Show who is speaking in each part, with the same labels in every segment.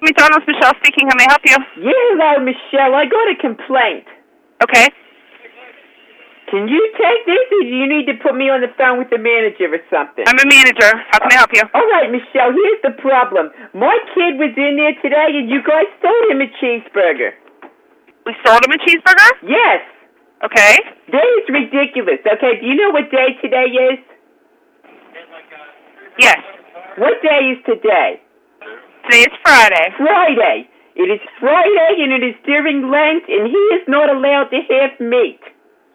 Speaker 1: McDonald's, Michelle speaking. How may I help you?
Speaker 2: Yeah, hello, Michelle. I got a complaint.
Speaker 1: Okay.
Speaker 2: Can you take this, or do you need to put me on the phone with the manager or something?
Speaker 1: I'm a manager. How can I help you?
Speaker 2: All right, Michelle, here's the problem. My kid was in there today, and you guys sold him a cheeseburger.
Speaker 1: We sold him a cheeseburger?
Speaker 2: Yes.
Speaker 1: Okay.
Speaker 2: That is ridiculous. Okay, do you know what day today is?
Speaker 1: Yes.
Speaker 2: What day is today?
Speaker 1: Today is Friday.
Speaker 2: Friday. It is Friday, and it is during Lent, and he is not allowed to have meat.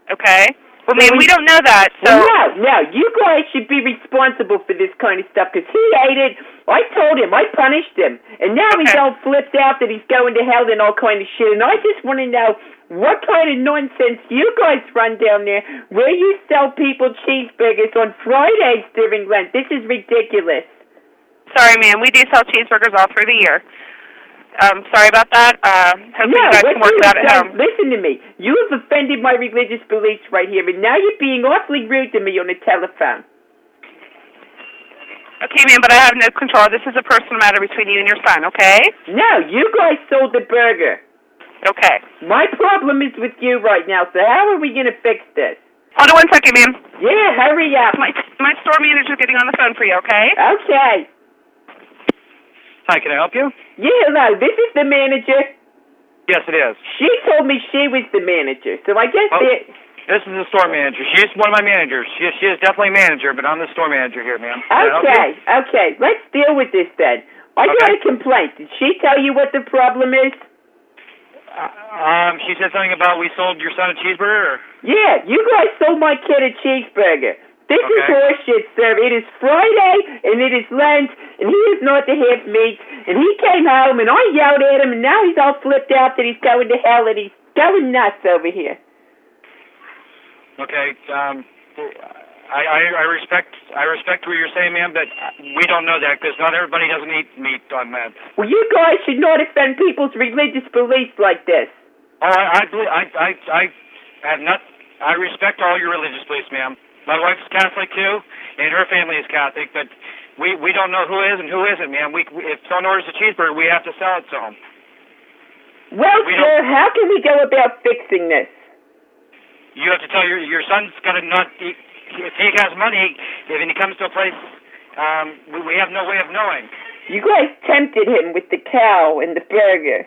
Speaker 1: Okay. Well,
Speaker 2: Well,
Speaker 1: ma'am, we
Speaker 2: we-
Speaker 1: don't know that, so.
Speaker 2: Well, no, no, you guys should be responsible for this kind of stuff because he ate it. I told him, I punished him, and now he's
Speaker 1: Okay.
Speaker 2: all flipped out that he's going to hell and all kind of shit. And I just want to know what kind of nonsense you guys run down there where you sell people cheeseburgers on Fridays during Lent. This is ridiculous.
Speaker 1: Sorry, ma'am. We do sell cheeseburgers all through the year. Um, sorry about that. Uh, hopefully
Speaker 2: no,
Speaker 1: you guys
Speaker 2: what
Speaker 1: can work
Speaker 2: you
Speaker 1: it out
Speaker 2: have
Speaker 1: at
Speaker 2: done-
Speaker 1: home.
Speaker 2: listen to me. You have offended my religious beliefs right here, and now you're being awfully rude to me on the telephone.
Speaker 1: Okay, ma'am, but I have no control. This is a personal matter between you and your son, okay?
Speaker 2: No, you guys sold the burger.
Speaker 1: Okay.
Speaker 2: My problem is with you right now, so how are we going to fix this?
Speaker 1: Hold on one second, ma'am.
Speaker 2: Yeah, hurry up.
Speaker 1: My, my store manager's getting on the phone for you, okay?
Speaker 2: Okay.
Speaker 3: Hi, can I help you?
Speaker 2: Yeah, hello, this is the manager.
Speaker 3: Yes, it is.
Speaker 2: She told me she was the manager, so I guess
Speaker 3: Oh.
Speaker 2: it.
Speaker 3: This is the store manager. She's one of my managers. She, she is definitely a manager, but I'm the store manager here, ma'am. Can I help you?
Speaker 2: Okay, okay, let's deal with this then. I got
Speaker 3: Okay.
Speaker 2: a complaint. Did she tell you what the problem is?
Speaker 3: Uh, Um, she said something about we sold your son a cheeseburger. Or...
Speaker 2: Yeah, you guys sold my kid a cheeseburger. This is
Speaker 3: Okay.
Speaker 2: horseshit, sir. It is Friday and it is Lent, and he is not to have meat. And he came home, and I yelled at him, and now he's all flipped out that he's going to hell, and he's going nuts over here.
Speaker 3: Okay. Um, I, I I respect I respect what you're saying, ma'am, but we don't know that because not everybody doesn't eat meat on that.
Speaker 2: Well, you guys should not offend people's religious beliefs like this.
Speaker 3: Oh, I I believe, I, I I have not. I respect all your religious beliefs, ma'am. My wife's Catholic too, and her family is Catholic, but. We we don't know who is and who isn't, ma'am. We, we if someone orders a cheeseburger, we have to sell it to them.
Speaker 2: Well,
Speaker 3: We
Speaker 2: sir, how can we go about fixing this?
Speaker 3: you have to tell your your son's got to not eat. If he has money, if he comes to a place, um, we, we have no way of knowing.
Speaker 2: You guys tempted him with the cow and the burger.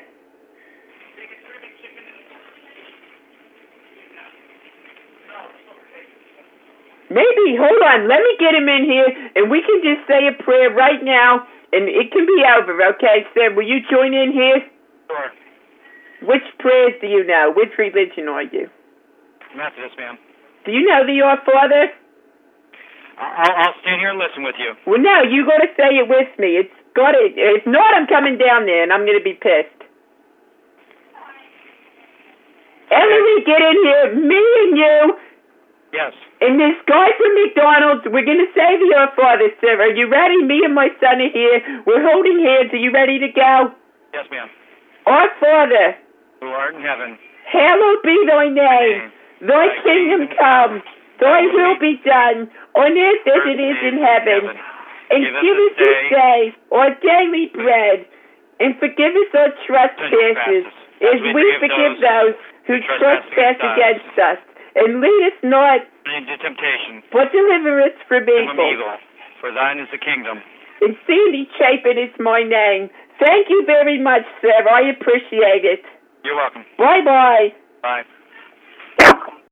Speaker 2: Maybe, hold on, let me get him in here and we can just say a prayer right now and it can be over, okay? Sam, will you join in here?
Speaker 3: Or
Speaker 2: Which prayers do you know? Which religion are you?
Speaker 3: Methodist, ma'am.
Speaker 2: Do you know the Our Father?
Speaker 3: I- I'll, I'll stand here and listen with you.
Speaker 2: Well, no, you gotta say it with me. It's gotta, if not, I'm coming down there and I'm gonna be pissed. Emily, get in here. Me and you
Speaker 3: Yes.
Speaker 2: and this guy from McDonald's, we're gonna save your father, sir. Are you ready? Me and my son are here. We're holding hands. Are you ready to go?
Speaker 3: Yes, ma'am.
Speaker 2: Our Father,
Speaker 3: Who art in heaven.
Speaker 2: hallowed be thy name.
Speaker 3: Amen.
Speaker 2: Thy kingdom come. Thy will be done on earth as it is in heaven. And give us this day our daily bread, and forgive us our trespasses, as we forgive those who trespass against us. And lead us not,
Speaker 3: Into temptation.
Speaker 2: but deliver us from
Speaker 3: and From
Speaker 2: evil.
Speaker 3: evil. For thine is the kingdom.
Speaker 2: And Sandy Chapin is my name. Thank you very much, sir. I appreciate it.
Speaker 3: You're welcome.
Speaker 2: Bye bye.
Speaker 3: Bye.